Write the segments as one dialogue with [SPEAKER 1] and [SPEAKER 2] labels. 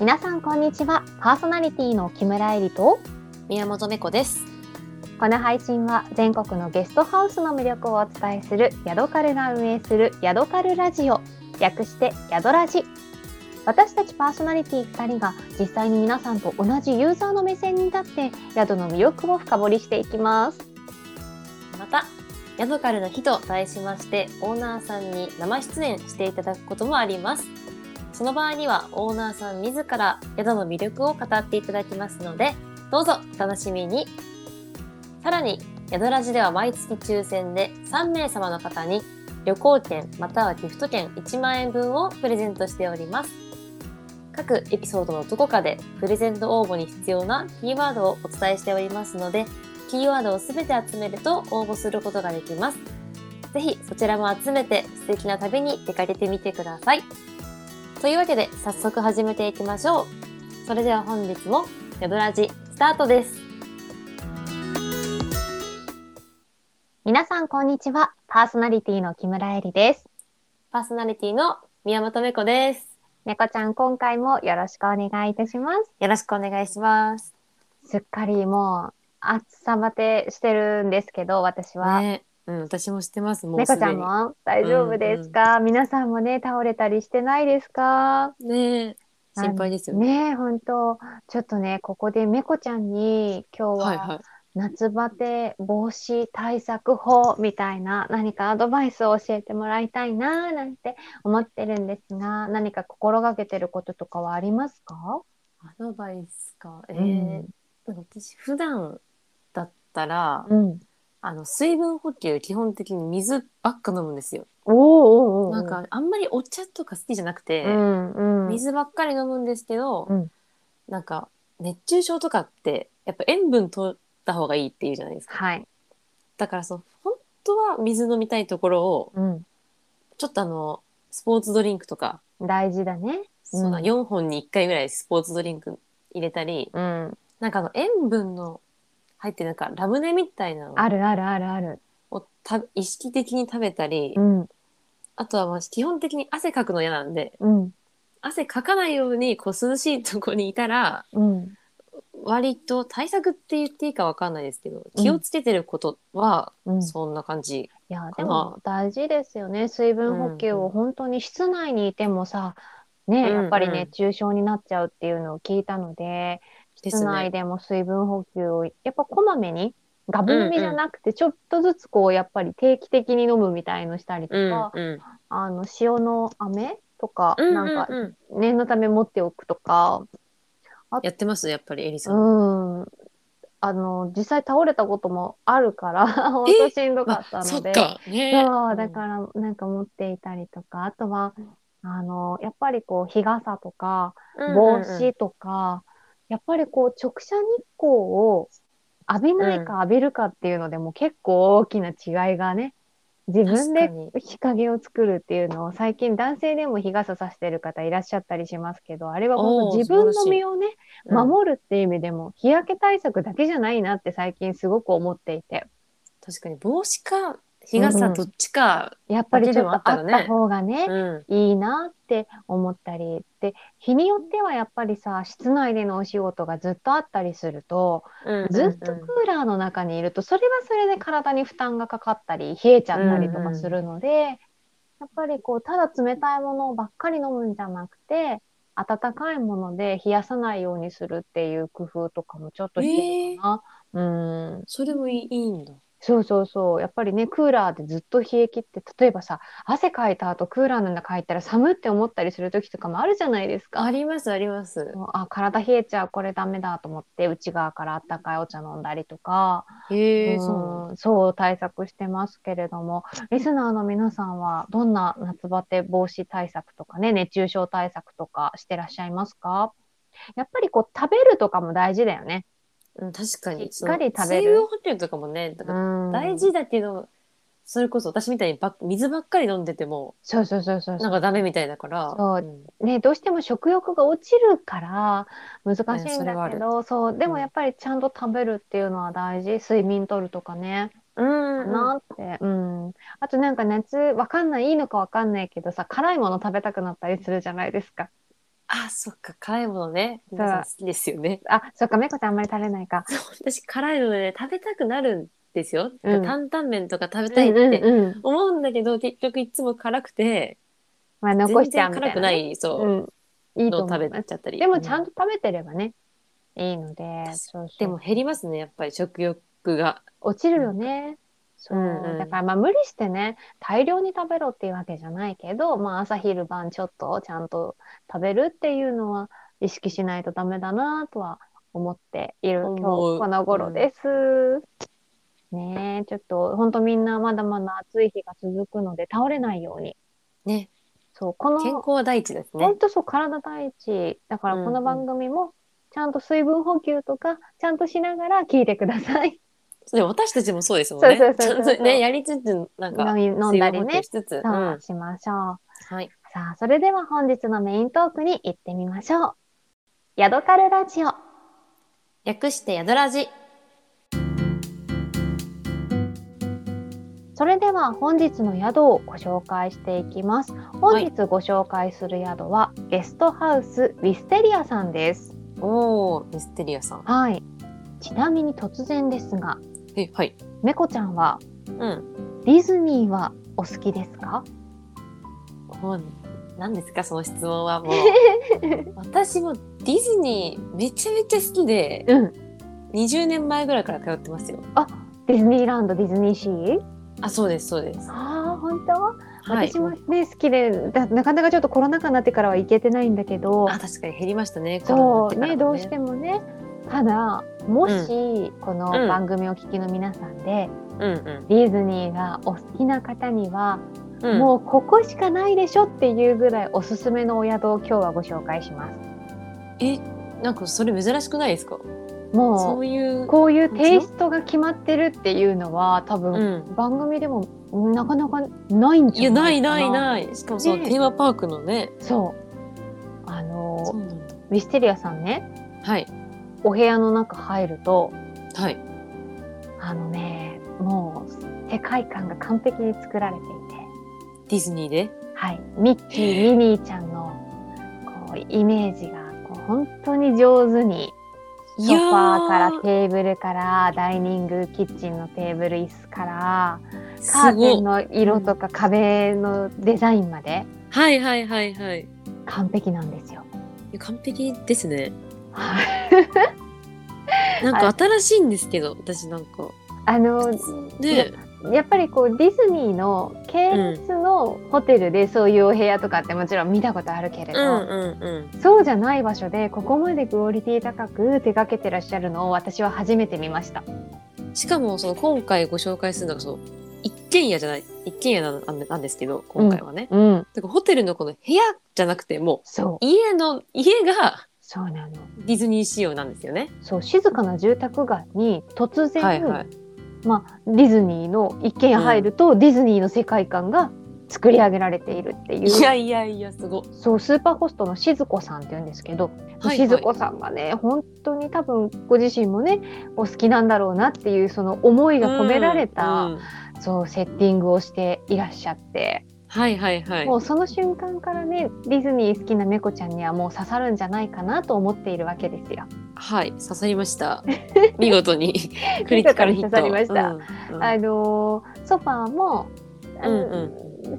[SPEAKER 1] にちは。パーソナリティの木村えりと、
[SPEAKER 2] 宮本芽子です。
[SPEAKER 1] この配信は全国のゲストハウスの魅力をお伝えするヤドカルが運営するヤドカルラジオ、略してヤドラジ。私たちパーソナリティ2人が実際に皆さんと同じユーザーの目線に立って宿の魅力を深掘りしていきます。
[SPEAKER 2] また、ヤドカルの日と題しまして、オーナーさんに生出演していただくこともあります。その場合には、オーナーさん自ら宿の魅力を語っていただきますので、どうぞお楽しみに。さらに、宿ラジでは毎月抽選で3名様の方に旅行券またはギフト券1万円分をプレゼントしております。各エピソードのどこかでプレゼント応募に必要なキーワードをお伝えしておりますので、キーワードをすべて集めると応募することができます。ぜひそちらも集めて素敵な旅に出かけてみてください。というわけで早速始めていきましょう。それでは本日もヤドラジスタートです。
[SPEAKER 1] 皆さんこんにちは。パーソナリティの木村えりです。
[SPEAKER 2] パーソナリティの宮本芽子です。
[SPEAKER 1] 猫ちゃん今回もよろしくお願いいたします。
[SPEAKER 2] よろしくお願いします。
[SPEAKER 1] すっかりもう暑さバテしてるんですけど私は、
[SPEAKER 2] ね、うん、私も知ってます。もう
[SPEAKER 1] 猫
[SPEAKER 2] す
[SPEAKER 1] ちゃ
[SPEAKER 2] で
[SPEAKER 1] ん
[SPEAKER 2] に。
[SPEAKER 1] も大丈夫ですか、皆さんもね倒れたりしてないですか
[SPEAKER 2] ねえ心配ですよね。
[SPEAKER 1] ねえ本当ちょっとねここで猫ちゃんに今日
[SPEAKER 2] はい
[SPEAKER 1] は
[SPEAKER 2] は
[SPEAKER 1] 夏バテ防止対策法みたいな何かアドバイスを教えてもらいたいななんて思ってるんですが何か心がけてることとかはありますか、
[SPEAKER 2] い。アドバイスか。ええ
[SPEAKER 1] うん
[SPEAKER 2] なんか私普段だったら、
[SPEAKER 1] うん、
[SPEAKER 2] あの水分補給基本的に水ばっか飲むんですよ。
[SPEAKER 1] おーおーおー
[SPEAKER 2] なんかあんまりお茶とか好きじゃなくて、
[SPEAKER 1] うんうん、
[SPEAKER 2] 水ばっかり飲むんですけど、
[SPEAKER 1] うん
[SPEAKER 2] なんか熱中症とかってやっぱ塩分取った方がいいっていうじゃないですか。
[SPEAKER 1] はい、
[SPEAKER 2] だからその本当は水飲みたいところを
[SPEAKER 1] うん、
[SPEAKER 2] ちょっとあのスポーツドリンクとか、
[SPEAKER 1] 大事だね。
[SPEAKER 2] その
[SPEAKER 1] うん
[SPEAKER 2] 4本に1回ぐらいスポーツドリンク入れたり、
[SPEAKER 1] うん、
[SPEAKER 2] なんかあの塩分の入ってるなんかラムネみたいなの
[SPEAKER 1] あるあるあるある。
[SPEAKER 2] をた意識的に食べたり、
[SPEAKER 1] うん、
[SPEAKER 2] あとはまあ基本的に汗かくの嫌なんで、
[SPEAKER 1] うん、
[SPEAKER 2] 汗かかないようにこう涼しいとこにいたら
[SPEAKER 1] うん、
[SPEAKER 2] 割と対策って言っていいかわかんないですけど気をつけてることは
[SPEAKER 1] うん。い
[SPEAKER 2] そんな感じ、
[SPEAKER 1] や、でも大事ですよね。水分補給
[SPEAKER 2] うんう
[SPEAKER 1] を
[SPEAKER 2] ん
[SPEAKER 1] 本当に室内にいてもさ、ね、
[SPEAKER 2] うんうん
[SPEAKER 1] やっぱり熱中症になっちゃうっていうのを聞いたので、
[SPEAKER 2] です
[SPEAKER 1] 室内
[SPEAKER 2] ね。
[SPEAKER 1] でも水分補給をやっぱこまめに、ガブ飲みじゃなくて、ちょっとずつこう、やっぱり定期的に飲むみたいのしたりと
[SPEAKER 2] うん
[SPEAKER 1] か、
[SPEAKER 2] うん
[SPEAKER 1] あの、塩の飴とか、
[SPEAKER 2] うん
[SPEAKER 1] なんか、
[SPEAKER 2] うんうん
[SPEAKER 1] 念のため持っておくとか、
[SPEAKER 2] やってますやっぱりエリさん。
[SPEAKER 1] うん。あの、実際倒れたこともあるから、本当しんどかった
[SPEAKER 2] あそ
[SPEAKER 1] の
[SPEAKER 2] っ
[SPEAKER 1] で。
[SPEAKER 2] かね。
[SPEAKER 1] そう、だからなんか持っていたりとか、あとは、あの、やっぱりこう、日傘とか、
[SPEAKER 2] ら
[SPEAKER 1] 帽子とか、やっぱりこう、直射日光を浴びないか浴びるかっていうのでも結構大きな違いがね、自分で
[SPEAKER 2] 確
[SPEAKER 1] 日陰を作るっていうのを最近男性でも日傘さしてる方いらっしゃったりしますけど、あれは本
[SPEAKER 2] お
[SPEAKER 1] 当
[SPEAKER 2] ー
[SPEAKER 1] 自分
[SPEAKER 2] 素晴ら
[SPEAKER 1] の
[SPEAKER 2] しい
[SPEAKER 1] 身をね、守るっていう意味でも日焼け対策だけじゃないなって最近すごく思っていて
[SPEAKER 2] 確かに帽子か日傘どっちか。
[SPEAKER 1] やっぱりちょっとあっ
[SPEAKER 2] だけでもあったら
[SPEAKER 1] た
[SPEAKER 2] ね
[SPEAKER 1] 方がね、
[SPEAKER 2] うん
[SPEAKER 1] いいなって思ったりで日によってはやっぱりさ室内でのお仕事がずっとあったりすると
[SPEAKER 2] うん
[SPEAKER 1] ずっとクーラーの中にいるとそれはそれで体に負担がかかったり冷えちゃったりとかするので、やっぱりこうただ冷たいものばっかり飲むんじゃなくて温かいもので冷やさないようにするっていう工夫とかもちょっとして
[SPEAKER 2] ええ
[SPEAKER 1] るかな。うん
[SPEAKER 2] それもいいいいんだ。
[SPEAKER 1] そうそうそう。やっぱりね、クーラーでずっと冷え切って、例えばさ、汗かいた後、クーラーの中入ったら寒って思ったりする時とかもあるじゃないです
[SPEAKER 2] あ
[SPEAKER 1] か。
[SPEAKER 2] りますあります。
[SPEAKER 1] もうあ、体冷えちゃう、これダメだと思って、内側からあったかいお茶飲んだりとか、
[SPEAKER 2] へえ
[SPEAKER 1] うん
[SPEAKER 2] そうなんだ。
[SPEAKER 1] そう対策してますけれども、リスナーの皆さんは、どんな夏バテ防止対策とかね、熱中症対策とかしてらっしゃいますかやっぱりこう、食べるとかも大事だよね。
[SPEAKER 2] うん確かに。
[SPEAKER 1] しっかり食べ
[SPEAKER 2] その
[SPEAKER 1] る
[SPEAKER 2] 水分補給とかもね。だから
[SPEAKER 1] うん
[SPEAKER 2] 大事だけどそれこそ私みたいにばっ水ばっかり飲んでても
[SPEAKER 1] そうそうそうそうそう
[SPEAKER 2] なんかダメみたいだから
[SPEAKER 1] そう
[SPEAKER 2] うん
[SPEAKER 1] ね、どうしても食欲が落ちるから難し
[SPEAKER 2] うん
[SPEAKER 1] い
[SPEAKER 2] んそれは
[SPEAKER 1] だ
[SPEAKER 2] あ
[SPEAKER 1] け
[SPEAKER 2] る
[SPEAKER 1] ど、そう、でも
[SPEAKER 2] うん
[SPEAKER 1] やっぱりちゃんと食べるっていうのは大事。睡眠とるとかね。
[SPEAKER 2] うん
[SPEAKER 1] かなって。うん。あとなんか夏、わかんない、いいのかわかんないけどさ、辛いもの食べたくなったりするじゃないですか。
[SPEAKER 2] あ、そっか、辛いものね。皆さん好きですよね。
[SPEAKER 1] あ、そっか、めこちゃんあんまり食べないか。
[SPEAKER 2] 私、辛いので、ね、食べたくなるんですよ。
[SPEAKER 1] うん
[SPEAKER 2] 担々麺とか食べたいって
[SPEAKER 1] うんうんうん
[SPEAKER 2] 思うんだけど、結局いつも辛くて、
[SPEAKER 1] まあ、残しちゃうみた
[SPEAKER 2] 全然辛
[SPEAKER 1] い
[SPEAKER 2] く
[SPEAKER 1] な
[SPEAKER 2] な
[SPEAKER 1] ね、
[SPEAKER 2] い、そう、
[SPEAKER 1] うん。いい
[SPEAKER 2] の
[SPEAKER 1] と
[SPEAKER 2] を
[SPEAKER 1] 思
[SPEAKER 2] 食
[SPEAKER 1] い
[SPEAKER 2] べ
[SPEAKER 1] ます。
[SPEAKER 2] ちゃったり。
[SPEAKER 1] でも、ちゃん
[SPEAKER 2] と、
[SPEAKER 1] と食べてればね、いいので、そうそう
[SPEAKER 2] でも減りますね、やっぱり食欲が。
[SPEAKER 1] 落ちるよね。そう、
[SPEAKER 2] うんうん
[SPEAKER 1] だからまあ無理してね大量に食べろっていうわけじゃないけど、まあ、朝昼晩ちょっとちゃんと食べるっていうのは意識しないとダメだなとは思っている今日
[SPEAKER 2] 思う
[SPEAKER 1] この頃です。ねえちょっと本当みんなまだまだ暑い日が続くので倒れないように
[SPEAKER 2] ね、
[SPEAKER 1] そうこの
[SPEAKER 2] 健康は第一ですね
[SPEAKER 1] 本。当そう体第一だからこの番組もちゃんと水分補給とかちゃんとしながら聞いてください。
[SPEAKER 2] でも私たちもそうですもんね。
[SPEAKER 1] そうそうそうそ
[SPEAKER 2] ちゃ
[SPEAKER 1] う
[SPEAKER 2] んと ね、やりつつ、なん
[SPEAKER 1] 飲
[SPEAKER 2] か、
[SPEAKER 1] み飲んだり
[SPEAKER 2] 水分補
[SPEAKER 1] ね
[SPEAKER 2] 給しつつ。う
[SPEAKER 1] そ
[SPEAKER 2] ん
[SPEAKER 1] うしましょう。
[SPEAKER 2] はい。
[SPEAKER 1] さあ、それでは本日のメイントークに行ってみましょう。ヤドカルラジオ。
[SPEAKER 2] 略して、やどらじ。
[SPEAKER 1] それでは本日の宿をご紹介していきます。本日ご紹介する宿は、ゲストハウスウィステリアさんです。
[SPEAKER 2] おー、ミステリアさん。
[SPEAKER 1] はい。ちなみに突然ですが、
[SPEAKER 2] え、はい。
[SPEAKER 1] めこちゃんは
[SPEAKER 2] うん。
[SPEAKER 1] ディズニーはお好きですか？
[SPEAKER 2] もう何ですか、その質問は。 もう。私もディズニーめちゃめちゃ好きで、
[SPEAKER 1] うん。
[SPEAKER 2] 20年前ぐらいから通ってますよ。
[SPEAKER 1] ディズニーランド、ディズニーシー？
[SPEAKER 2] あ、そうです、そうです。
[SPEAKER 1] ああ、本当？
[SPEAKER 2] はい。
[SPEAKER 1] 私もね好きで、だなかなかちょっとコロナ禍になってからは行けてないんだけど。
[SPEAKER 2] あ、確かに減りましたね。
[SPEAKER 1] そう
[SPEAKER 2] コロナ
[SPEAKER 1] ね
[SPEAKER 2] にな
[SPEAKER 1] どう
[SPEAKER 2] っ
[SPEAKER 1] して
[SPEAKER 2] か
[SPEAKER 1] てもねただもし、この
[SPEAKER 2] うん
[SPEAKER 1] 番組をお聞きの皆さんで、
[SPEAKER 2] らねうん
[SPEAKER 1] ディズニーがお好きな方には、
[SPEAKER 2] うん。うん、
[SPEAKER 1] もうここしかないでしょっていうぐらいおすすめのお宿を今日はご紹介します
[SPEAKER 2] え、なんかそれ珍しくないですかそ
[SPEAKER 1] も
[SPEAKER 2] ういう
[SPEAKER 1] う。こういうテイストが決まってるっていうのは多
[SPEAKER 2] う
[SPEAKER 1] 分、
[SPEAKER 2] ん。
[SPEAKER 1] 番組でもなかなかないん
[SPEAKER 2] い
[SPEAKER 1] じ
[SPEAKER 2] や
[SPEAKER 1] ゃ
[SPEAKER 2] な
[SPEAKER 1] ないいかな
[SPEAKER 2] ない
[SPEAKER 1] い
[SPEAKER 2] ないしかもその
[SPEAKER 1] ね
[SPEAKER 2] テーマパークのね
[SPEAKER 1] そうあの
[SPEAKER 2] なんだ
[SPEAKER 1] ウィステリアさんね
[SPEAKER 2] はい
[SPEAKER 1] お部屋の中入ると
[SPEAKER 2] はい
[SPEAKER 1] あのね、もう世界観が完璧に作られていて、
[SPEAKER 2] ディズニーで
[SPEAKER 1] はい、ミッキー、ミニーちゃんのこうイメージがこう本当に上手に、ソファーからテーブルからダイニングキッチンのテーブル椅子から
[SPEAKER 2] ら
[SPEAKER 1] カ
[SPEAKER 2] す
[SPEAKER 1] ーテ
[SPEAKER 2] ご
[SPEAKER 1] ン
[SPEAKER 2] い
[SPEAKER 1] の色とか壁のデザインまで
[SPEAKER 2] はいはいはいはいい
[SPEAKER 1] 完璧なんですよ。
[SPEAKER 2] や完璧ですね
[SPEAKER 1] はい
[SPEAKER 2] なんか新しいんですけど私なんか
[SPEAKER 1] あの
[SPEAKER 2] ね
[SPEAKER 1] やっぱりこうディズニーの系列のホテルでそういうお部屋とかってもちろん見たことあるけれ
[SPEAKER 2] う
[SPEAKER 1] ど、
[SPEAKER 2] んうんうん
[SPEAKER 1] そうじゃない場所でここまでクオリティ高く手掛けてらっしゃるのを私は初めて見ました。
[SPEAKER 2] しかもその今回ご紹介するのがその一軒家じゃない一軒家なのなんですけど今回はね、
[SPEAKER 1] うん、
[SPEAKER 2] だからホテルのこの部屋じゃなくても
[SPEAKER 1] そう
[SPEAKER 2] う家の家が
[SPEAKER 1] そうなの。
[SPEAKER 2] ディズニー仕様なんですよね
[SPEAKER 1] そう静かな住宅街に突然、
[SPEAKER 2] はいはい
[SPEAKER 1] ディズニーの一軒家入ると、ディズニーの世界観が作り上げられているっていう。
[SPEAKER 2] いやいやいやすごい
[SPEAKER 1] そうスーパーホストのしずこさんって言うんですけど、
[SPEAKER 2] はい
[SPEAKER 1] しずこさんがね本当に多分ご自身もねお好きなんだろうなっていうその思いが込められ
[SPEAKER 2] うん
[SPEAKER 1] た、
[SPEAKER 2] うん
[SPEAKER 1] そうセッティングをしていらっしゃって、
[SPEAKER 2] はいはいはい
[SPEAKER 1] もうその瞬間からねディズニー好きな猫ちゃんにはもう刺さるんじゃないかなと思っているわけですよ。
[SPEAKER 2] はい、刺さりま した。見事に。クリティカルヒット。
[SPEAKER 1] 見事に刺さりました
[SPEAKER 2] うんうん
[SPEAKER 1] あのーソファーも、あの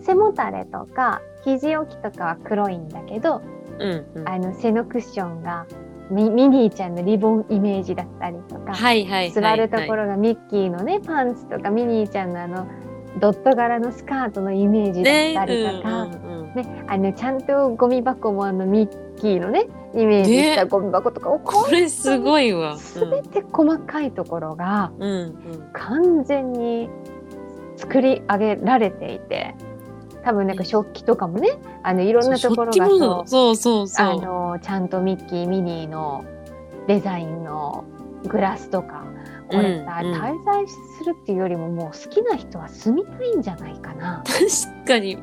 [SPEAKER 1] 背もたれとか肘置きとかは黒いんだけど、
[SPEAKER 2] うんうん
[SPEAKER 1] あの背のクッションがミミニーちゃんのリボンイメージだったりとか、
[SPEAKER 2] はいはい。
[SPEAKER 1] 座るところがミッキーのねパンツとかミニーちゃんのあのドット柄のスカートのイメージ
[SPEAKER 2] ね
[SPEAKER 1] だったりとか。
[SPEAKER 2] うんうんうん
[SPEAKER 1] ね、あのちゃんとゴミ箱もあのミッキーのねイメージしたゴミ箱とかをこ
[SPEAKER 2] これすごいわ
[SPEAKER 1] う。すべて細かいところが
[SPEAKER 2] うんうん
[SPEAKER 1] 完全に作り上げられていて多分なんか食器とかもねあのいろんなとこ
[SPEAKER 2] 食
[SPEAKER 1] ろ
[SPEAKER 2] 器
[SPEAKER 1] が
[SPEAKER 2] も
[SPEAKER 1] そ
[SPEAKER 2] のそうそう
[SPEAKER 1] うあ
[SPEAKER 2] そう。
[SPEAKER 1] のちゃんとミッキーミニーのデザインのグラスとかこれさ、
[SPEAKER 2] うんうん
[SPEAKER 1] 滞在するっていうよりももう好きな人は住みたいんじゃないかな
[SPEAKER 2] 確かに。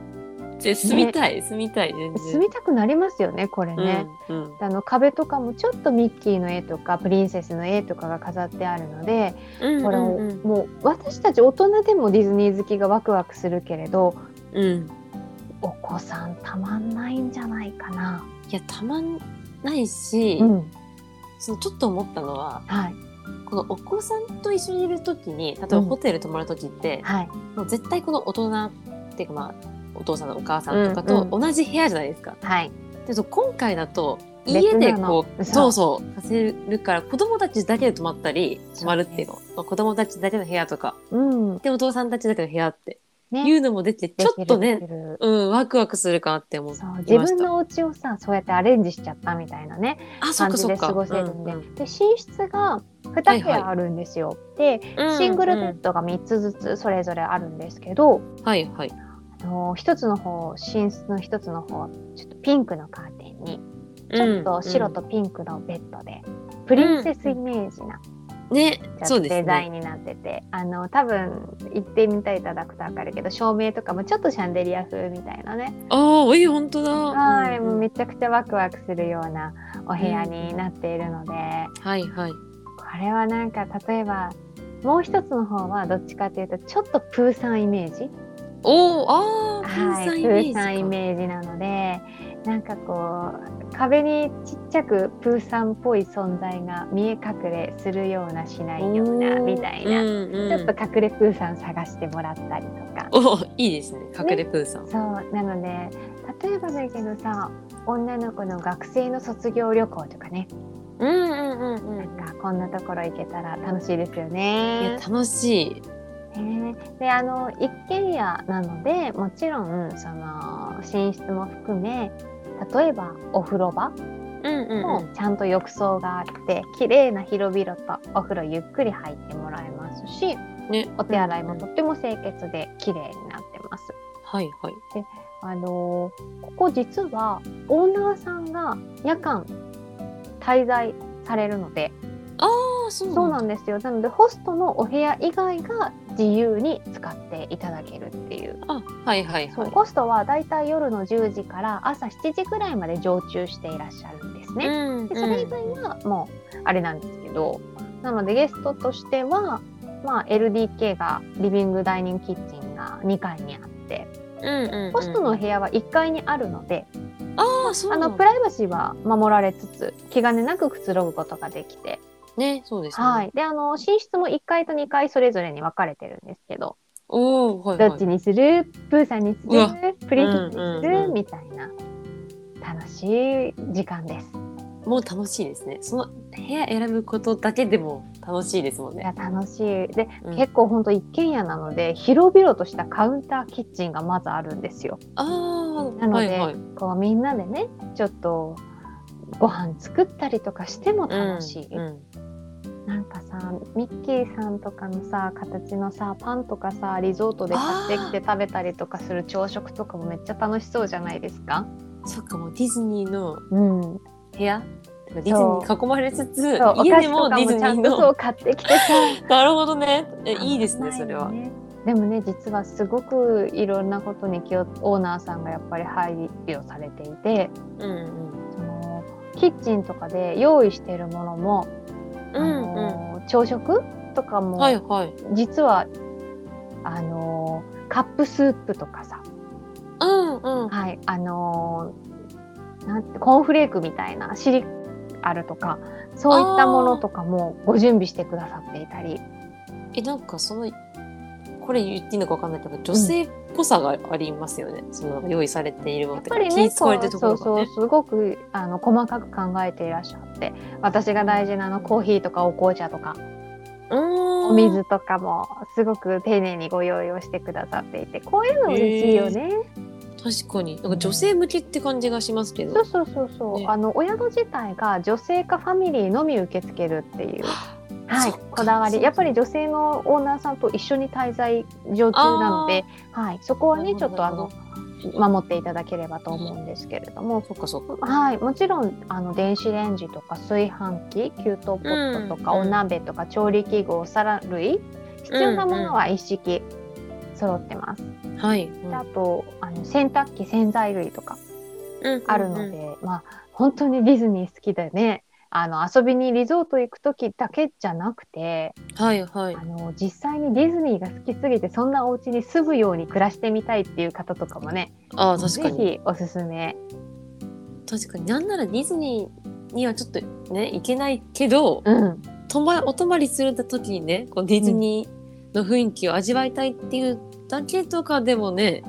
[SPEAKER 2] で住みたい、住みたい全然。
[SPEAKER 1] 住みたくなりますよねこれね。
[SPEAKER 2] うんうん
[SPEAKER 1] あの壁とかもちょっとミッキーの絵とかプリンセスの絵とかが飾ってあるので、
[SPEAKER 2] うん
[SPEAKER 1] これを
[SPEAKER 2] うん
[SPEAKER 1] もう私たち大人でもディズニー好きがワクワクするけれど
[SPEAKER 2] うん
[SPEAKER 1] お子さんたまんないんじゃないかな。
[SPEAKER 2] いやたまんないし、
[SPEAKER 1] うん、
[SPEAKER 2] そのちょっと思ったのは
[SPEAKER 1] はい、
[SPEAKER 2] このお子さんと一緒にいる時に例えば
[SPEAKER 1] うん
[SPEAKER 2] ホテル泊まる時って、
[SPEAKER 1] はい、
[SPEAKER 2] もう絶対この大人っていうかまあお父さんのお母さんとかと
[SPEAKER 1] うん
[SPEAKER 2] 同じ部屋じゃないですか。
[SPEAKER 1] はい、
[SPEAKER 2] でそう今回だと
[SPEAKER 1] 別
[SPEAKER 2] 家で
[SPEAKER 1] なの
[SPEAKER 2] こう
[SPEAKER 1] そ
[SPEAKER 2] そううそうさせるから子供たちだけで泊まったり泊まるっていうの
[SPEAKER 1] そ
[SPEAKER 2] まあ子供たちだけの部屋とか
[SPEAKER 1] うん、
[SPEAKER 2] でお父さんたちだけの部屋って
[SPEAKER 1] ね
[SPEAKER 2] いうのも出てちょっとね
[SPEAKER 1] できる
[SPEAKER 2] うんワクワクするかなって思う
[SPEAKER 1] そう自分のお家をさそうやってアレンジしちゃったみたいなね
[SPEAKER 2] あそっ
[SPEAKER 1] 感
[SPEAKER 2] か
[SPEAKER 1] じ
[SPEAKER 2] そ
[SPEAKER 1] で
[SPEAKER 2] っか
[SPEAKER 1] 過ごせるんで,、
[SPEAKER 2] うん
[SPEAKER 1] で寝室が
[SPEAKER 2] はい
[SPEAKER 1] 2部
[SPEAKER 2] はい
[SPEAKER 1] 屋あるんですよ、
[SPEAKER 2] うん
[SPEAKER 1] でシングルベ
[SPEAKER 2] う
[SPEAKER 1] ッ
[SPEAKER 2] ん
[SPEAKER 1] ドが3つずつそれぞれあるんですけど、
[SPEAKER 2] はいはい
[SPEAKER 1] あの1つの方寝室の1つの方ちょっとピンクのカーテンにち
[SPEAKER 2] う
[SPEAKER 1] ょ
[SPEAKER 2] ん
[SPEAKER 1] っと白とピンクのベッドで、プリンセスイメージな、
[SPEAKER 2] ね
[SPEAKER 1] ち
[SPEAKER 2] そ
[SPEAKER 1] ょ
[SPEAKER 2] う
[SPEAKER 1] っと
[SPEAKER 2] です
[SPEAKER 1] デザイ
[SPEAKER 2] ね
[SPEAKER 1] ンになってて、あの多分行ってみたいいただくと分かるけど照明とかもちょっとシャンデリア風みたいなね、
[SPEAKER 2] ああいい本当だ
[SPEAKER 1] はい
[SPEAKER 2] うん
[SPEAKER 1] もう
[SPEAKER 2] うん
[SPEAKER 1] めちゃくちゃワクワクするようなお部屋になっているので、
[SPEAKER 2] はいはい
[SPEAKER 1] これはなんか例えばもう一つの方はどっちかというとちょっとプーさんイメージ
[SPEAKER 2] おおああプ
[SPEAKER 1] は
[SPEAKER 2] ー
[SPEAKER 1] い
[SPEAKER 2] さんイ
[SPEAKER 1] プ
[SPEAKER 2] メージ
[SPEAKER 1] ー
[SPEAKER 2] か
[SPEAKER 1] さんイメージなのでなんかこう壁にちっちゃくプーさんっぽい存在が見え隠れするようなしないような
[SPEAKER 2] おー
[SPEAKER 1] みたいな、
[SPEAKER 2] うんうん
[SPEAKER 1] ちょっと隠れプーさん探してもらったりとか
[SPEAKER 2] おーいいですね隠れプーさん、
[SPEAKER 1] そうなので例えばだけどさ女の子の学生の卒業旅行とかね
[SPEAKER 2] うんうんうん
[SPEAKER 1] な
[SPEAKER 2] うん
[SPEAKER 1] かこんなところ行けたら楽しいですよ
[SPEAKER 2] いや
[SPEAKER 1] ね。
[SPEAKER 2] 楽しい
[SPEAKER 1] ねであの一軒家なのでもちろんその寝室も含め例えばお風呂場
[SPEAKER 2] うんう
[SPEAKER 1] もちゃんと浴槽があって綺麗な広々とお風呂ゆっくり入ってもらえますし
[SPEAKER 2] ね
[SPEAKER 1] お手洗いも
[SPEAKER 2] うんう
[SPEAKER 1] と
[SPEAKER 2] ん
[SPEAKER 1] っても清潔で綺麗になってます。
[SPEAKER 2] はいはい
[SPEAKER 1] あのーここ実はオーナーさんが夜間滞在されるので、
[SPEAKER 2] ああそう
[SPEAKER 1] そう
[SPEAKER 2] だ
[SPEAKER 1] なんですよなのでホストのお部屋以外が自由に使っていただけるっていう,、
[SPEAKER 2] あはいはい
[SPEAKER 1] そう
[SPEAKER 2] はい
[SPEAKER 1] ホストはだいたい夜の10時から朝7時ぐらいまで常駐していらっしゃるんですね。
[SPEAKER 2] うんうん
[SPEAKER 1] でそれ以外はもうあれなんですけどなのでゲストとしては、まあ、LDK がリビングダイニングキッチンが2階にあって
[SPEAKER 2] うんうんうん
[SPEAKER 1] ホストの部屋は1階にあるので
[SPEAKER 2] ああそう
[SPEAKER 1] あ
[SPEAKER 2] な
[SPEAKER 1] の
[SPEAKER 2] ん
[SPEAKER 1] プ
[SPEAKER 2] だ
[SPEAKER 1] ライバシーは守られつつ気兼ねなくくつろぐことができて、
[SPEAKER 2] ねそうですね
[SPEAKER 1] はい、であの寝室も1階と2階それぞれに分かれてるんですけど、
[SPEAKER 2] おおはいはい
[SPEAKER 1] どっちにするプーさんにす
[SPEAKER 2] うわ
[SPEAKER 1] るプリンセスにする、
[SPEAKER 2] うんうんうん
[SPEAKER 1] みたいな楽しい時間です。
[SPEAKER 2] もう楽しいですねその部屋選ぶことだけでも楽しいですもん
[SPEAKER 1] い
[SPEAKER 2] ね
[SPEAKER 1] や楽しいで、
[SPEAKER 2] うん
[SPEAKER 1] 結構本当一軒家なので広々としたカウンターキッチンがまずあるんですよ。
[SPEAKER 2] ああ
[SPEAKER 1] なの
[SPEAKER 2] は
[SPEAKER 1] で
[SPEAKER 2] いはい
[SPEAKER 1] こうみんなでねちょっとご飯作ったりとかしても楽しい。
[SPEAKER 2] うんうん
[SPEAKER 1] なんかさミッキーさんとかのさ形のさパンとかさリゾートで買ってきて食べたりとかする朝食とかもめっちゃ楽しそうじゃないですか。
[SPEAKER 2] そっかもうディズニーの
[SPEAKER 1] うん、そう
[SPEAKER 2] 部屋てかディズニーに囲まれつつ
[SPEAKER 1] お
[SPEAKER 2] 家
[SPEAKER 1] 菓子
[SPEAKER 2] でも
[SPEAKER 1] と
[SPEAKER 2] デ
[SPEAKER 1] か
[SPEAKER 2] ィズ
[SPEAKER 1] も
[SPEAKER 2] ニ
[SPEAKER 1] ちゃ
[SPEAKER 2] ー
[SPEAKER 1] んとそ
[SPEAKER 2] の
[SPEAKER 1] う買ってきてさ
[SPEAKER 2] なるほどねえ いいですねそれは
[SPEAKER 1] 危ないよねでもね実はすごくいろんなことに気をオーナーさんがやっぱり配慮されていて
[SPEAKER 2] うんうん
[SPEAKER 1] そのキッチンとかで用意してるものも、
[SPEAKER 2] う
[SPEAKER 1] あ
[SPEAKER 2] んうん
[SPEAKER 1] の朝食とかも、
[SPEAKER 2] はいはい
[SPEAKER 1] 実はあのーカップスープとかさ、
[SPEAKER 2] うんうん
[SPEAKER 1] はいあのーなんてコーンフレークみたいなシリアルとかそういったものとかもご準備してくださっていたり
[SPEAKER 2] えなんかそのこれ言っていいのかわかんないけど女性っぽさがありますよね、その用意されているも
[SPEAKER 1] や
[SPEAKER 2] の
[SPEAKER 1] っ
[SPEAKER 2] と
[SPEAKER 1] ぱ
[SPEAKER 2] か
[SPEAKER 1] り
[SPEAKER 2] 気
[SPEAKER 1] ね
[SPEAKER 2] 使われてるとこ
[SPEAKER 1] そう
[SPEAKER 2] ろ
[SPEAKER 1] そ
[SPEAKER 2] が
[SPEAKER 1] う
[SPEAKER 2] ね
[SPEAKER 1] すごくあの細かく考えていらっしゃって私が大事なあのコーヒーとかお紅茶とか
[SPEAKER 2] うーん
[SPEAKER 1] お水とかもすごく丁寧にご用意をしてくださっていてこういうの嬉しいよね。
[SPEAKER 2] 確かになんか女性向けって感じがしますけど、
[SPEAKER 1] そうそうそうそう、
[SPEAKER 2] ね
[SPEAKER 1] あのお宿自体が女性かファミリーのみ受け付けるっていう、は
[SPEAKER 2] そ
[SPEAKER 1] い
[SPEAKER 2] っか、
[SPEAKER 1] こだわ
[SPEAKER 2] そう
[SPEAKER 1] りやっぱり女性のオーナーさんと一緒に滞在常駐なので、はい、そこはね
[SPEAKER 2] な
[SPEAKER 1] ちょ
[SPEAKER 2] るほ
[SPEAKER 1] っと
[SPEAKER 2] ど
[SPEAKER 1] あの守っていただければと思うんですけれども、
[SPEAKER 2] そっかそっか
[SPEAKER 1] はい、もちろんあの電子レンジとか炊飯器給湯ポットとか、
[SPEAKER 2] うん
[SPEAKER 1] お鍋とか調理器具お皿類必要なものは一式揃ってます。
[SPEAKER 2] はい、
[SPEAKER 1] であとあの洗濯機洗剤類とかあるので、まあ本当にディズニー好きだよねあの遊びにリゾート行く時だけじゃなくて
[SPEAKER 2] はいはい
[SPEAKER 1] あ。の実際にディズニーが好きすぎてそんなお家に住むように暮らしてみたいっていう方とかもね
[SPEAKER 2] ああ、確かに。
[SPEAKER 1] ぜひおすすめ
[SPEAKER 2] 確かに。なんならディズニーにはちょっとね、行けないけど、
[SPEAKER 1] うん
[SPEAKER 2] 泊まお泊まりする時にね、こうディズニーの雰囲気を味わいたいっていうだけとかでもね、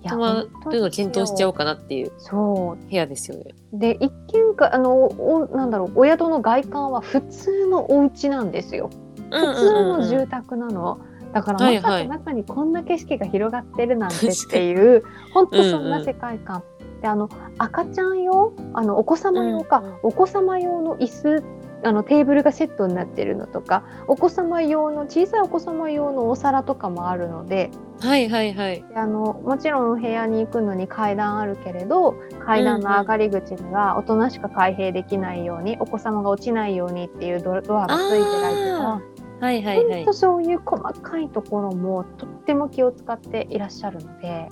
[SPEAKER 1] いや
[SPEAKER 2] 泊まるの
[SPEAKER 1] 本当ですよ
[SPEAKER 2] 検討しちゃおうかなっていう
[SPEAKER 1] そう
[SPEAKER 2] 部屋ですよね。
[SPEAKER 1] で一見かあのおなんだろうお宿の外観は普通のお家なんですよ
[SPEAKER 2] 普
[SPEAKER 1] 普通の住宅なの、だから
[SPEAKER 2] はい
[SPEAKER 1] ま
[SPEAKER 2] は
[SPEAKER 1] さ
[SPEAKER 2] い
[SPEAKER 1] か中にこんな景色が広がってるなんてっ
[SPEAKER 2] 確か
[SPEAKER 1] て
[SPEAKER 2] に
[SPEAKER 1] いう本当そん
[SPEAKER 2] うんう
[SPEAKER 1] なん世界観、であの赤ちゃん用あのお子様用か、
[SPEAKER 2] うんうん
[SPEAKER 1] お子様用の椅子あのテーブルがセットになってるのとかお子様用の小さいお子様用のお皿とかもあるので、
[SPEAKER 2] はいはいはい。
[SPEAKER 1] であのもちろんお部屋に行くのに階段あるけれど階段の上がり口には大人しか開閉できないように、お子様が落ちないようにっていうドドアがついてたりとか
[SPEAKER 2] あはいはいは
[SPEAKER 1] 本
[SPEAKER 2] い
[SPEAKER 1] 当。そういう細かいところもとっても気を使っていらっしゃるので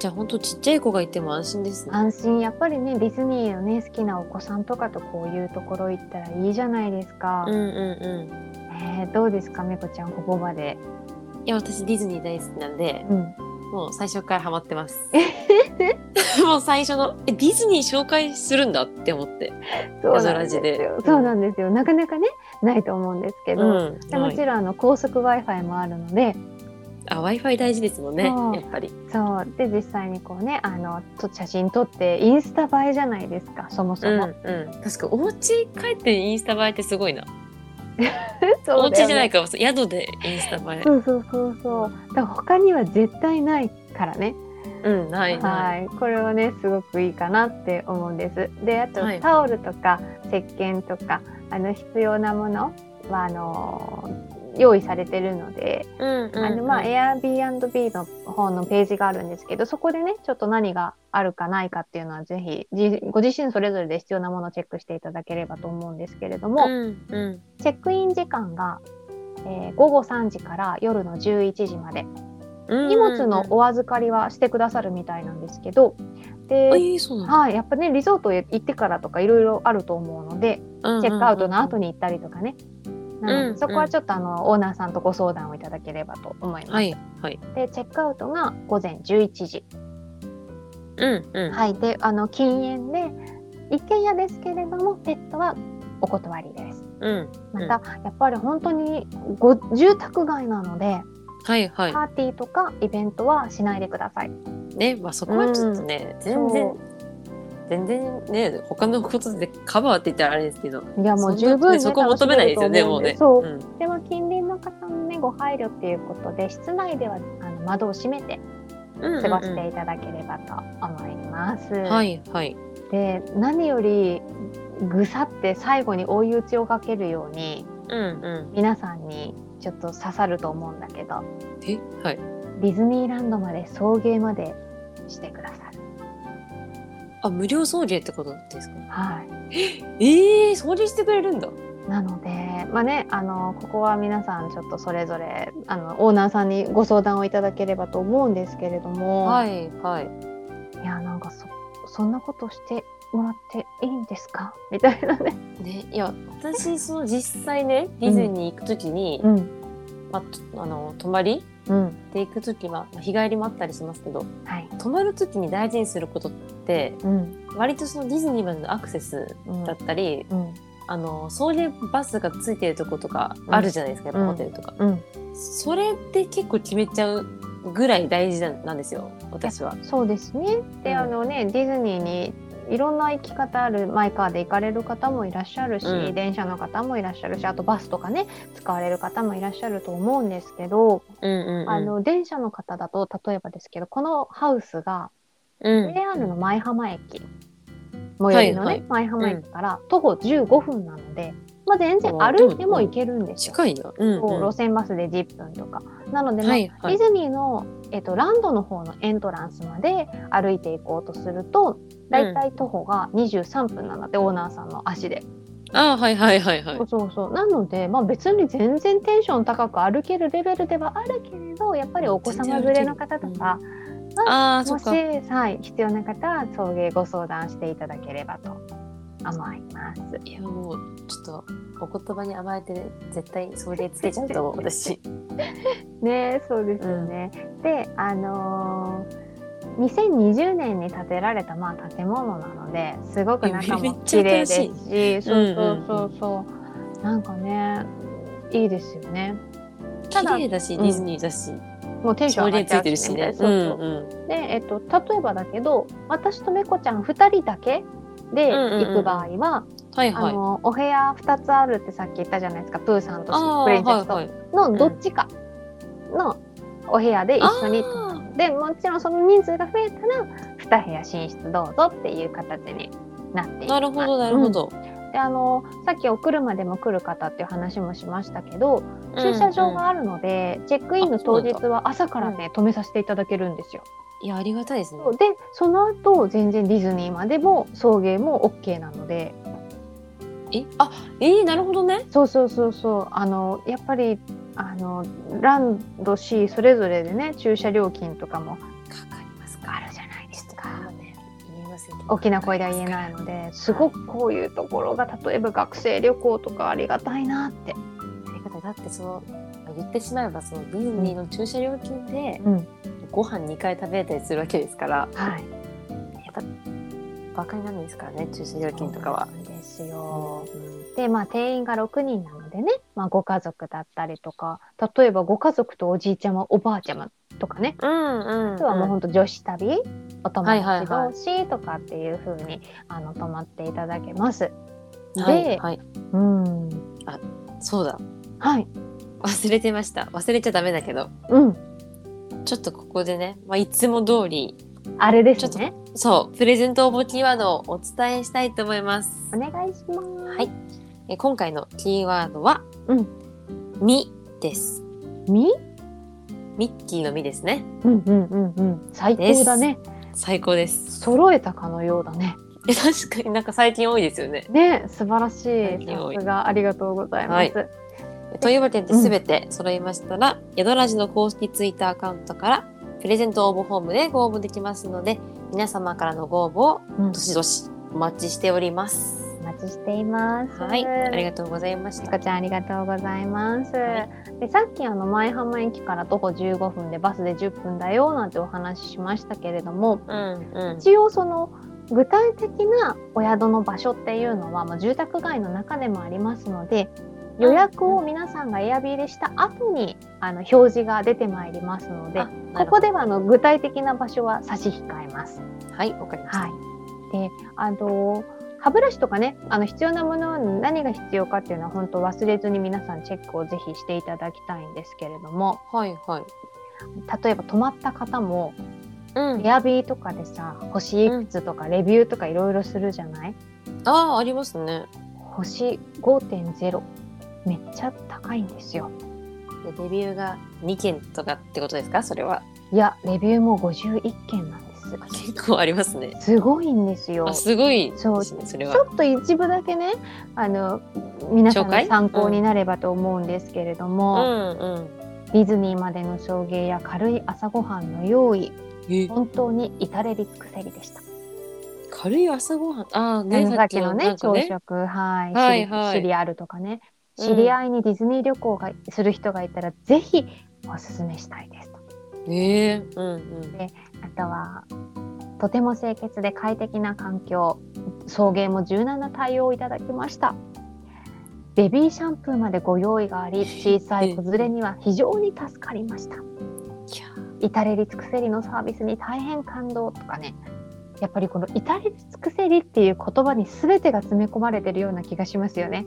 [SPEAKER 2] じゃあ本当ちっちゃい子がいても安心ですね。
[SPEAKER 1] 安心やっぱりねディズニーのね好きなお子さんとかとこういうところ行ったらいいじゃないですか
[SPEAKER 2] うん、うんう
[SPEAKER 1] えーどうですかめこちゃんここまで、
[SPEAKER 2] ん。いや私ディズニー大好きなんで、
[SPEAKER 1] うん、
[SPEAKER 2] もう最初からハマってます。 もう最初のえディズニー紹介するんだって思って。
[SPEAKER 1] そうなんです
[SPEAKER 2] 宿ラジで
[SPEAKER 1] よそうなんですよなかなかねないと思うんですけど、
[SPEAKER 2] うん。
[SPEAKER 1] でもち
[SPEAKER 2] はい、
[SPEAKER 1] ろんあの高速 Wi-Fi もあるので
[SPEAKER 2] あ Wi-Fi 大事ですもんね。
[SPEAKER 1] そう
[SPEAKER 2] やっぱり。
[SPEAKER 1] そうで実際にこうねあのと写真撮ってインスタ映えじゃないですかそもそも。
[SPEAKER 2] うん。確かお家帰ってインスタ映えってすごいな。お
[SPEAKER 1] そうだよね
[SPEAKER 2] 家じゃないかも宿でインスタ映え。
[SPEAKER 1] そうそうそうそうだから他には絶対ないからね、
[SPEAKER 2] うんないな
[SPEAKER 1] はいこれはねすごくいいかなって思うんです。であと
[SPEAKER 2] はい
[SPEAKER 1] タオルとか石鹸とかあの必要なものはあの用意されてるので、
[SPEAKER 2] い。うんうんうん
[SPEAKER 1] あのまあ Airbnb の方のページがあるんですけどそこでねちょっと何があるかないかっていうのはぜひじご自身それぞれで必要なものをチェックしていただければと思うんですけれども、
[SPEAKER 2] うんうん。
[SPEAKER 1] チェックイン時間が、えー午後3時から夜の11時まで荷物のお預かりはしてくださるみたいなんですけどで、
[SPEAKER 2] えー、そうなんだ
[SPEAKER 1] はい、やっぱねリゾートへ行ってからとかいろいろあると思うので
[SPEAKER 2] うんうんうん
[SPEAKER 1] チェックアウトの後に行ったりとかね。な
[SPEAKER 2] う
[SPEAKER 1] の
[SPEAKER 2] ん
[SPEAKER 1] でそこはちょっとあのオーナーさんとご相談をいただければと思います。
[SPEAKER 2] はいはい。
[SPEAKER 1] でチェックアウトが午前11時、
[SPEAKER 2] うんうん。
[SPEAKER 1] はい、であの禁煙で一軒家ですけれどもペットはお断りです
[SPEAKER 2] うん。
[SPEAKER 1] また、やっぱり本当にご住宅街なので
[SPEAKER 2] はいはい。
[SPEAKER 1] パーティーとかイベントはしないでください、
[SPEAKER 2] ね、まあそこはちょっとね、全然
[SPEAKER 1] そ
[SPEAKER 2] 全然ね他のことでカバーって言ったらあれですけど
[SPEAKER 1] ういやも
[SPEAKER 2] そん
[SPEAKER 1] う
[SPEAKER 2] な
[SPEAKER 1] 十分、ね、
[SPEAKER 2] ねそこ求めないですよねもう
[SPEAKER 1] 楽
[SPEAKER 2] ね
[SPEAKER 1] しめると思うんで
[SPEAKER 2] ん
[SPEAKER 1] そうでは近隣の方のねご配慮っていうことで室内ではあの窓を閉めて
[SPEAKER 2] うんうん
[SPEAKER 1] 過ごしていただければと思います、
[SPEAKER 2] うんはいはい
[SPEAKER 1] で何よりぐさって最後に追い打ちをかけるように
[SPEAKER 2] うんう
[SPEAKER 1] 皆さんにちょっと刺さると思うんだけど
[SPEAKER 2] んえはい
[SPEAKER 1] ディズニーランドまで送迎までしてくださる。
[SPEAKER 2] あ無料送迎ってことですか
[SPEAKER 1] はい、
[SPEAKER 2] ええー、送迎してくれるんだ
[SPEAKER 1] なので、まあね、あのここは皆さんちょっとそれぞれあのオーナーさんにご相談をいただければと思うんですけれども、
[SPEAKER 2] はいはい
[SPEAKER 1] い、やなんかそそんなことしてもらっていいんですかみたいなね。
[SPEAKER 2] ねいや私その実際ねディズニー行くときに、
[SPEAKER 1] ん
[SPEAKER 2] まあと、あの泊まり
[SPEAKER 1] うん
[SPEAKER 2] で行くときはまあ日帰りもあったりしますけど
[SPEAKER 1] はい
[SPEAKER 2] 泊まるときに大事にすることって
[SPEAKER 1] うん
[SPEAKER 2] 割とそのディズニーまでのアクセス
[SPEAKER 1] うん
[SPEAKER 2] だったり、
[SPEAKER 1] うん
[SPEAKER 2] あの送迎バスがついてるとことかあるじゃないですか、
[SPEAKER 1] うん
[SPEAKER 2] やっぱホテルとか、
[SPEAKER 1] うん、
[SPEAKER 2] それって結構決めちゃうぐらい大事ななんですよ私は。
[SPEAKER 1] そうですね。で、
[SPEAKER 2] うん
[SPEAKER 1] あのねディズニーにいろんな行き方あるマイカーで行かれる方もいらっしゃるし、
[SPEAKER 2] うん
[SPEAKER 1] 電車の方もいらっしゃるしあとバスとかね使われる方もいらっしゃると思うんですけど、
[SPEAKER 2] うんうんうん
[SPEAKER 1] あの電車の方だと例えばですけどこのハウスが
[SPEAKER 2] うん
[SPEAKER 1] JR の舞浜駅最寄りのね、
[SPEAKER 2] はいはい
[SPEAKER 1] 舞浜駅から徒歩15分なので、まあ、全然歩いても行けるんですよ。
[SPEAKER 2] 近いな。うんうん
[SPEAKER 1] そう路線バスで10分とか。なので、まあ
[SPEAKER 2] はいはい
[SPEAKER 1] ディズニーの、えっとランドの方のエントランスまで歩いていこうとすると、だいたい徒歩が23分なので、オーナーさんの足で。
[SPEAKER 2] あはいはいはいはい
[SPEAKER 1] そう。そうそう。なので、まあ別に全然テンション高く歩けるレベルではあるけれど、やっぱりお子様連れの方とか、
[SPEAKER 2] ああそ
[SPEAKER 1] も
[SPEAKER 2] っ
[SPEAKER 1] し、
[SPEAKER 2] か。
[SPEAKER 1] はい、必要な方は送迎ご相談していただければと甘えます。
[SPEAKER 2] いやもうちょっとお言葉に甘えて絶対送迎つけちゃうと思う私。
[SPEAKER 1] ねそうですよね。であのー2020年に建てられた、まあ、建物なのですごく中
[SPEAKER 2] めっ
[SPEAKER 1] も
[SPEAKER 2] ちゃ
[SPEAKER 1] 綺麗
[SPEAKER 2] 新し
[SPEAKER 1] で
[SPEAKER 2] い
[SPEAKER 1] すしそうそうそうそうなんかねいいですよね
[SPEAKER 2] 綺
[SPEAKER 1] ただ
[SPEAKER 2] 麗だし
[SPEAKER 1] う
[SPEAKER 2] デ
[SPEAKER 1] ん
[SPEAKER 2] ィズニーだし、
[SPEAKER 1] もうテンション
[SPEAKER 2] 送
[SPEAKER 1] 上が
[SPEAKER 2] 迎
[SPEAKER 1] っ
[SPEAKER 2] つ
[SPEAKER 1] ちゃ
[SPEAKER 2] いうてるしね。
[SPEAKER 1] そうそう
[SPEAKER 2] うんうん
[SPEAKER 1] で、えっと、例えばだけど私とめこちゃん2人だけで
[SPEAKER 2] うんうんうん
[SPEAKER 1] 行く場合は、
[SPEAKER 2] はい
[SPEAKER 1] あ
[SPEAKER 2] はい。
[SPEAKER 1] のお部屋2つあるってさっき言ったじゃないですかプーさんと
[SPEAKER 2] あ
[SPEAKER 1] プリンセ
[SPEAKER 2] ー
[SPEAKER 1] ス
[SPEAKER 2] は
[SPEAKER 1] と
[SPEAKER 2] いはい。
[SPEAKER 1] のどっちかのお部屋で一緒に
[SPEAKER 2] あ
[SPEAKER 1] でもちろんその人数が増えたら2部屋寝室どうぞっていう形になって
[SPEAKER 2] ー
[SPEAKER 1] います
[SPEAKER 2] なるほどなるほど。
[SPEAKER 1] うんであのさっきお車でも来る方っていう話もしましたけど、駐車場
[SPEAKER 2] うんうん
[SPEAKER 1] があるのでチェックインの当日
[SPEAKER 2] あ
[SPEAKER 1] は朝からね、止めさせていただけるんですよ。
[SPEAKER 2] いやありがたいですね。
[SPEAKER 1] でその後全然ディズニーまでも送迎も OK なので
[SPEAKER 2] えあえー、なるほどね。
[SPEAKER 1] そうそうそうそうあのやっぱりあのランド C それぞれでね駐車料金とかも
[SPEAKER 2] かかりますか。
[SPEAKER 1] あるじゃないで
[SPEAKER 2] ち
[SPEAKER 1] す
[SPEAKER 2] ょっと
[SPEAKER 1] か。
[SPEAKER 2] 今ね言えませんけど
[SPEAKER 1] 大きな声では言えないのですごくこういうところが例えば学生旅行とかありがたいなって、
[SPEAKER 2] ありがたいだってそのまあ言ってしまえばそのディズニーの駐車料金で
[SPEAKER 1] うん
[SPEAKER 2] ご飯2回食べれたりするわけですから
[SPEAKER 1] はい、
[SPEAKER 2] バカになるんですからね駐車料金とかは。
[SPEAKER 1] ですよ。でまあ定員が6人なのでね、まあ、ご家族だったりとか例えばご家族とおじいちゃまおばあちゃまとかね
[SPEAKER 2] うんうん、
[SPEAKER 1] あとはもうほんと女子旅、お友
[SPEAKER 2] はいはい
[SPEAKER 1] 達
[SPEAKER 2] はい
[SPEAKER 1] 同士とかっていう風にあの泊まっていただけます。で、
[SPEAKER 2] はい、はい、
[SPEAKER 1] うん
[SPEAKER 2] そうだ
[SPEAKER 1] はい
[SPEAKER 2] 忘れてました忘れちゃダメだけど
[SPEAKER 1] うん
[SPEAKER 2] ちょっとここでね、まあ、いつも通り
[SPEAKER 1] あれです
[SPEAKER 2] ち
[SPEAKER 1] ね。
[SPEAKER 2] そうプレゼント応募キーワードをお伝えしたいと思います
[SPEAKER 1] お願いします。
[SPEAKER 2] はいえ今回のキーワードは「
[SPEAKER 1] うん
[SPEAKER 2] み」です
[SPEAKER 1] み
[SPEAKER 2] ミッキーの「み」ですね
[SPEAKER 1] うんうんうんうん最高だね。
[SPEAKER 2] 最高です
[SPEAKER 1] 揃えたかのようだね。
[SPEAKER 2] え確かになんか最近多いですよね
[SPEAKER 1] ね、素晴らし
[SPEAKER 2] 最
[SPEAKER 1] い。
[SPEAKER 2] 近多い
[SPEAKER 1] さすがありがとうございます。
[SPEAKER 2] というわけで全て揃いましたら、ヤドラジの公式ツイッターアカウントからプレゼント応募フォームでご応募できますので皆様からのご応募を
[SPEAKER 1] うん
[SPEAKER 2] どしどしお待ちしております。
[SPEAKER 1] お待ちしています。
[SPEAKER 2] はい、あり
[SPEAKER 1] が
[SPEAKER 2] がとうございまし
[SPEAKER 1] ち
[SPEAKER 2] た。
[SPEAKER 1] こちゃんありがとうございます。
[SPEAKER 2] はい
[SPEAKER 1] でさっきあの前浜駅から徒歩15分でバスで10分だよなんてお話ししましたけれども、
[SPEAKER 2] うんうん。
[SPEAKER 1] 一応その具体的なお宿の場所っていうのは、まあ、住宅街の中でもありますので予約を皆さんがエアビーでした後にあの表示が出てまいりますので
[SPEAKER 2] あなる
[SPEAKER 1] こ
[SPEAKER 2] ほ
[SPEAKER 1] こ
[SPEAKER 2] ど
[SPEAKER 1] ではあの具体的な場所は差し控えます。
[SPEAKER 2] はい、わかりました。
[SPEAKER 1] はい、であの歯ブラシとかねあの必要なもの何が必要かっていうのは本当忘れずに皆さんチェックをぜひしていただきたいんですけれども
[SPEAKER 2] はい、はい。
[SPEAKER 1] 例えば泊まった方も
[SPEAKER 2] うん。
[SPEAKER 1] エアビーとかでさ星いくつとかレビューとかいろいろするじゃない、
[SPEAKER 2] ああ、ありますね。
[SPEAKER 1] 星5.0めっちゃ高いんですよ
[SPEAKER 2] でレビューが2件とかってことですか？それは。
[SPEAKER 1] いやレビューも51件なんです
[SPEAKER 2] あ結構ありますね。
[SPEAKER 1] すごいんですよ
[SPEAKER 2] あ、すごい
[SPEAKER 1] そう
[SPEAKER 2] ですね。それは
[SPEAKER 1] ち。ょっと一部だけねあの皆さん
[SPEAKER 2] 紹
[SPEAKER 1] の
[SPEAKER 2] 介
[SPEAKER 1] 参考になればと思うんですけれど
[SPEAKER 2] う
[SPEAKER 1] も、
[SPEAKER 2] んうん。
[SPEAKER 1] ディズニーまでの送迎や軽い朝ごはんの用意
[SPEAKER 2] え、
[SPEAKER 1] 本当に至れり尽くせりでした。
[SPEAKER 2] 軽い朝ごはん。ああ、
[SPEAKER 1] ね、
[SPEAKER 2] ね、
[SPEAKER 1] さっきの
[SPEAKER 2] な
[SPEAKER 1] ね
[SPEAKER 2] んか
[SPEAKER 1] 朝食はい、
[SPEAKER 2] はい
[SPEAKER 1] シリ
[SPEAKER 2] はい
[SPEAKER 1] シリアルとかね
[SPEAKER 2] うん
[SPEAKER 1] 知り合いにディズニー旅行がする人がいたら、ぜひおすすめしたいですと
[SPEAKER 2] ええうんうん。
[SPEAKER 1] あとはとても清潔で快適な環境送迎も柔軟な対応をいただきましたベビーシャンプーまでご用意があり小さい子連れには非常に助かりました
[SPEAKER 2] いや
[SPEAKER 1] 至れり尽くせりのサービスに大変感動とかねやっぱりこの「至れり尽くせり」っていう言葉に全てが詰め込まれてるような気がしますよね。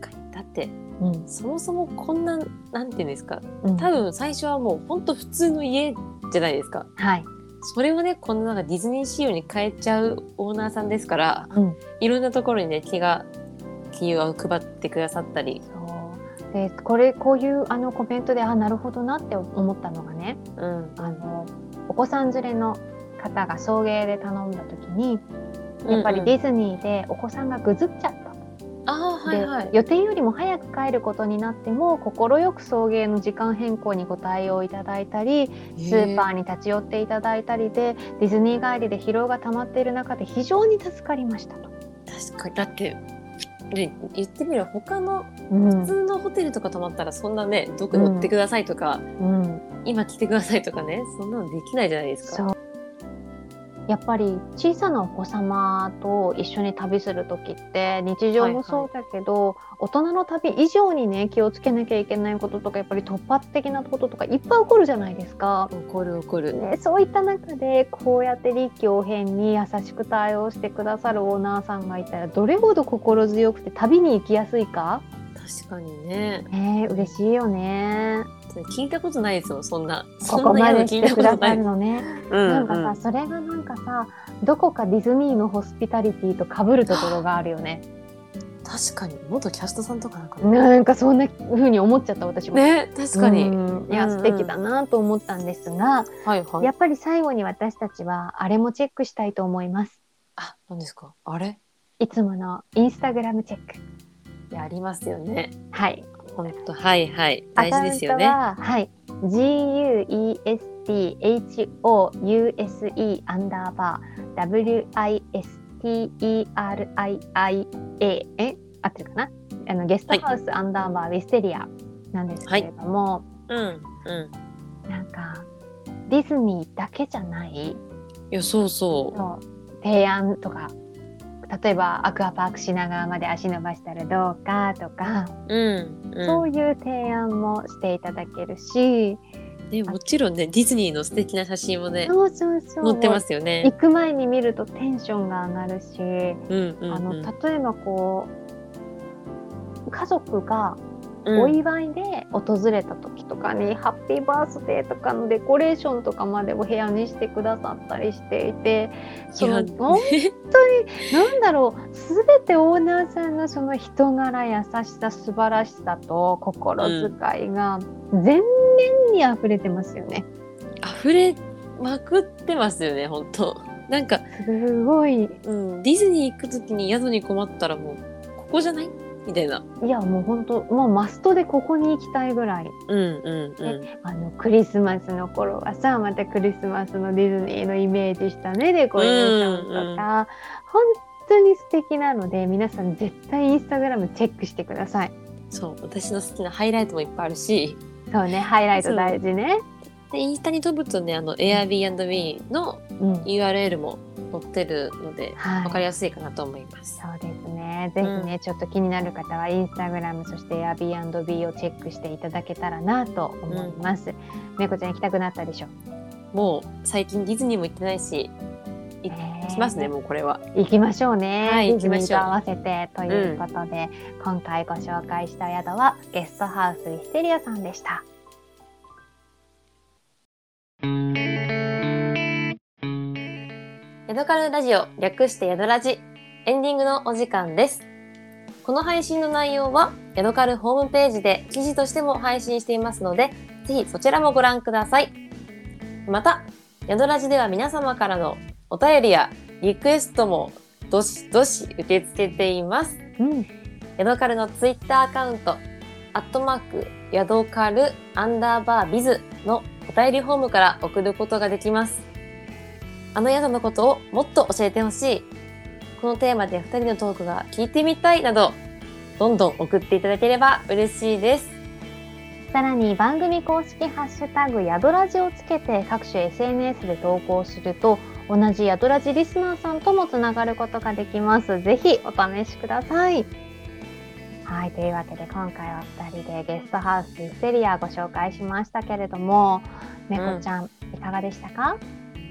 [SPEAKER 2] 確かにだって
[SPEAKER 1] うん
[SPEAKER 2] そもそもこんななんていうんですか
[SPEAKER 1] うん
[SPEAKER 2] 多分最初はもうほんと普通の家じゃないですか
[SPEAKER 1] はい、
[SPEAKER 2] それをねこのなんかディズニー仕様に変えちゃうオーナーさんですから
[SPEAKER 1] うん
[SPEAKER 2] いろんなところにね気が気を配ってくださったり、
[SPEAKER 1] そうでこれこういうあのコメントであなるほどなって思ったのがね
[SPEAKER 2] うん
[SPEAKER 1] あのお子さん連れの方が送迎で頼んだ時にやっぱ
[SPEAKER 2] うん
[SPEAKER 1] り
[SPEAKER 2] うん
[SPEAKER 1] ディズニーでお子さんがぐずっちゃった、
[SPEAKER 2] あーはいはい
[SPEAKER 1] で予定よりも早く帰ることになっても快く送迎の時間変更にご対応いただいたりスーパーに立ち寄っていただいたりでディズニー帰りで疲労が溜まっている中で非常に助かりましたと。
[SPEAKER 2] へー確かにだってね言ってみれば他の
[SPEAKER 1] うん
[SPEAKER 2] 普通のホテルとか泊まったらそんなねどこ乗ってくださいとか、
[SPEAKER 1] うん、
[SPEAKER 2] 今来てくださいとかねそんなのできないじゃないです
[SPEAKER 1] そ
[SPEAKER 2] か。
[SPEAKER 1] うやっぱり小さなお子様と一緒に旅する時って日常もそうだけど、大人の旅以上にね気をつけなきゃいけないこととかやっぱり突発的なこととかいっぱい起こるじゃないですか。
[SPEAKER 2] 怒る怒る。
[SPEAKER 1] ね、そういった中でこうやって臨機応変に優しく対応してくださるオーナーさんがいたらどれほど心強くて旅に行きやすいか、
[SPEAKER 2] 確かにね
[SPEAKER 1] ね、嬉しいよね。
[SPEAKER 2] 聞いたことないですよそんな
[SPEAKER 1] ここまで
[SPEAKER 2] そ
[SPEAKER 1] し
[SPEAKER 2] んな
[SPEAKER 1] て
[SPEAKER 2] の聞
[SPEAKER 1] く
[SPEAKER 2] いたこ
[SPEAKER 1] だ
[SPEAKER 2] とな
[SPEAKER 1] さ
[SPEAKER 2] い
[SPEAKER 1] る。のね。
[SPEAKER 2] うん
[SPEAKER 1] なんかさ、それがなんかさどこかディズニーのホスピタリティとかぶるところがあるよね
[SPEAKER 2] 確かに元キャストさんとかなんか
[SPEAKER 1] なんかそんな風に思っちゃった私も
[SPEAKER 2] ね確かに、
[SPEAKER 1] うんいや
[SPEAKER 2] うんうん
[SPEAKER 1] 素敵だなと思ったんですが、
[SPEAKER 2] はいはい
[SPEAKER 1] やっぱり最後に私たちはあれもチェックしたいと思います
[SPEAKER 2] あ何ですかあれ
[SPEAKER 1] いつものインスタグラムチェック
[SPEAKER 2] やりますよね
[SPEAKER 1] はい
[SPEAKER 2] 本当はいはい大事ですよね
[SPEAKER 1] アカウントははい GUESTHOUSE アンダーバー WISTERIIA え合ってるかなあのゲストハウスアンダーバーウィステリアなんですけれども、
[SPEAKER 2] うんう
[SPEAKER 1] なんかディズニーだけじゃない
[SPEAKER 2] んいやそうそう
[SPEAKER 1] そう提案とか例えばアクアパーク品川まで足伸ばしたらどうかとか、
[SPEAKER 2] うん、
[SPEAKER 1] そうういう提案もしていただけるし、
[SPEAKER 2] ん、ねもちろんねディズニーの素敵な写真もね
[SPEAKER 1] そうそうそう
[SPEAKER 2] 載ってますよね
[SPEAKER 1] 行く前に見るとテンションが上がるし、
[SPEAKER 2] うんうんうん
[SPEAKER 1] あの例えばこう家族が
[SPEAKER 2] うん
[SPEAKER 1] お祝いで訪れた時とかに、ハッピーバースデーとかのデコレーションとかまでお部屋にしてくださったりしていてそ
[SPEAKER 2] いや
[SPEAKER 1] の
[SPEAKER 2] ね
[SPEAKER 1] 本当に何だろう全てオーナーさんのその人柄優しさ素晴らしさと心遣いが全面に溢れてますよね。
[SPEAKER 2] 溢れまくってますよね本当なんか、
[SPEAKER 1] すごい
[SPEAKER 2] うん、ディズニー行くときに宿に困ったらもうここじゃないみたいない
[SPEAKER 1] やもう本当もうマストでここに行きたいぐらい
[SPEAKER 2] うんうんうん
[SPEAKER 1] あのクリスマスの頃はさまたクリスマスのディズニーのイメージしたねデコレーションとか、
[SPEAKER 2] うんうん
[SPEAKER 1] 本当に素敵なので皆さん絶対インスタグラムチェックしてください
[SPEAKER 2] そう私の好きなハイライトもいっぱいあるし
[SPEAKER 1] そうねハイライト大事ね
[SPEAKER 2] でインスタに飛ぶとねあの Airbnb の
[SPEAKER 1] うん
[SPEAKER 2] URL も載ってるので分か
[SPEAKER 1] はい
[SPEAKER 2] りやすいかなと思います。
[SPEAKER 1] そうですねぜひね、ちょっと気になる方はインスタグラムそして Airbnb をチェックしていただけたらなと思います猫、ちゃん行きたくなったでしょ
[SPEAKER 2] もう最近ディズニーも行ってないしい行きますねもうこれは。
[SPEAKER 1] 行きましょうね。
[SPEAKER 2] はい
[SPEAKER 1] ディズニー
[SPEAKER 2] 行きましょ
[SPEAKER 1] と
[SPEAKER 2] う
[SPEAKER 1] 合わせてということで、今回ご紹介した宿はゲストハウスヒステリアさんでした。
[SPEAKER 2] ヤドカルラジオ略してヤドラジエンディングのお時間です。この配信の内容はヤドカルホームページで記事としても配信していますので、ぜひそちらもご覧ください。また、ヤドラジでは皆様からのお便りやリクエストもどしどし受け付けています。
[SPEAKER 1] うん、
[SPEAKER 2] ヤドカルのツイッターアカウント、アットマーク、ヤドカルアンダーバービズのお便りフォームから送ることができます。あの宿のことをもっと教えてほしい。このテーマで2人のトークが聞いてみたいなど、どんどん送っていただければ嬉しいです。
[SPEAKER 1] さらに番組公式ハッシュタグヤドラジをつけて各種 SNS で投稿すると同じヤドラジリスナーさんともつながることができます。ぜひお試しください。はい、というわけで今回は2人でゲストハウスヒステリアご紹介しましたけれども、猫ちゃん、いかがでしたか、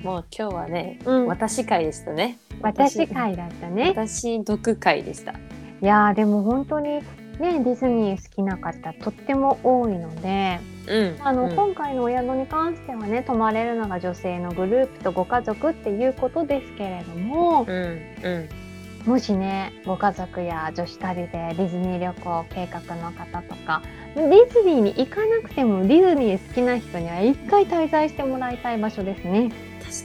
[SPEAKER 2] もう今日はね、
[SPEAKER 1] うん
[SPEAKER 2] 私会でしたね。
[SPEAKER 1] 私会だったね。
[SPEAKER 2] 私読会でした。
[SPEAKER 1] いやーでも本当にねディズニー好きな方とっても多いので
[SPEAKER 2] うん
[SPEAKER 1] あの、
[SPEAKER 2] うん
[SPEAKER 1] 今回のお宿に関してはね泊まれるのが女性のグループとご家族っていうことですけれども
[SPEAKER 2] うん、うん。
[SPEAKER 1] もしねご家族や女子旅でディズニー旅行計画の方とかディズニーに行かなくてもディズニー好きな人には一回滞在してもらいたい場所ですね。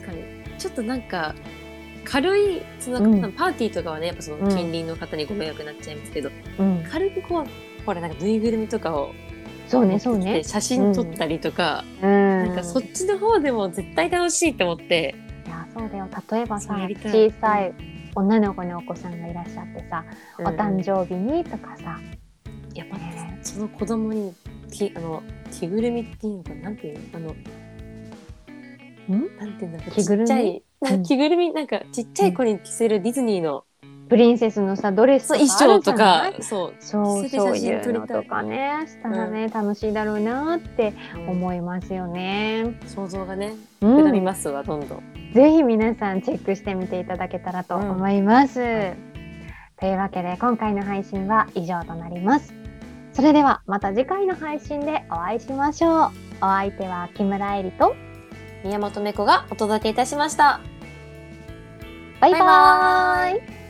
[SPEAKER 2] 確かにちょっとなんか軽いその、
[SPEAKER 1] うん
[SPEAKER 2] パーティーとかはねやっぱその
[SPEAKER 1] うん
[SPEAKER 2] 近隣の方にご迷惑になっちゃいますけど、
[SPEAKER 1] うん、
[SPEAKER 2] 軽くこうほらなんかぬいぐるみとかを
[SPEAKER 1] そうねそう
[SPEAKER 2] 持って
[SPEAKER 1] ね
[SPEAKER 2] きて。写真撮ったりとか、
[SPEAKER 1] うん、
[SPEAKER 2] なんかそっちの方でも絶対楽しいと思って、
[SPEAKER 1] いやそうだよ例えばさ
[SPEAKER 2] そうやりたい
[SPEAKER 1] 小さい女の子のお子さんがいらっしゃってさ、
[SPEAKER 2] うん
[SPEAKER 1] お誕生日にとかさ、
[SPEAKER 2] やっぱ
[SPEAKER 1] ね
[SPEAKER 2] ね、その子供にきあの着ぐるみっていうのかなんていうのあの
[SPEAKER 1] ん
[SPEAKER 2] なんていうんだろう
[SPEAKER 1] 着ぐるみ
[SPEAKER 2] ちっちゃいなん
[SPEAKER 1] うん
[SPEAKER 2] か着ぐるみなんかちっちゃい子に着せるディズニーの、
[SPEAKER 1] プリンセスのさドレス
[SPEAKER 2] そう
[SPEAKER 1] と
[SPEAKER 2] 衣
[SPEAKER 1] かある
[SPEAKER 2] 装と
[SPEAKER 1] じゃな
[SPEAKER 2] か
[SPEAKER 1] い
[SPEAKER 2] そう
[SPEAKER 1] そ
[SPEAKER 2] そ
[SPEAKER 1] うそう
[SPEAKER 2] れで
[SPEAKER 1] い
[SPEAKER 2] 写真
[SPEAKER 1] う
[SPEAKER 2] 撮り
[SPEAKER 1] の
[SPEAKER 2] たい
[SPEAKER 1] とかねしたらね、楽しいだろうなって思いますよね。
[SPEAKER 2] 想像がね
[SPEAKER 1] う
[SPEAKER 2] 膨らみ
[SPEAKER 1] ん、
[SPEAKER 2] ますわどんどん。
[SPEAKER 1] ぜひ皆さんチェックしてみていただけたらと思います。というわけで今回の配信は以上となります。それではまた次回の配信でお会いしましょう。お相手は木村えりと
[SPEAKER 2] 宮本めこがお届けいたしました。
[SPEAKER 1] バイバ
[SPEAKER 2] バイバ
[SPEAKER 1] ーイ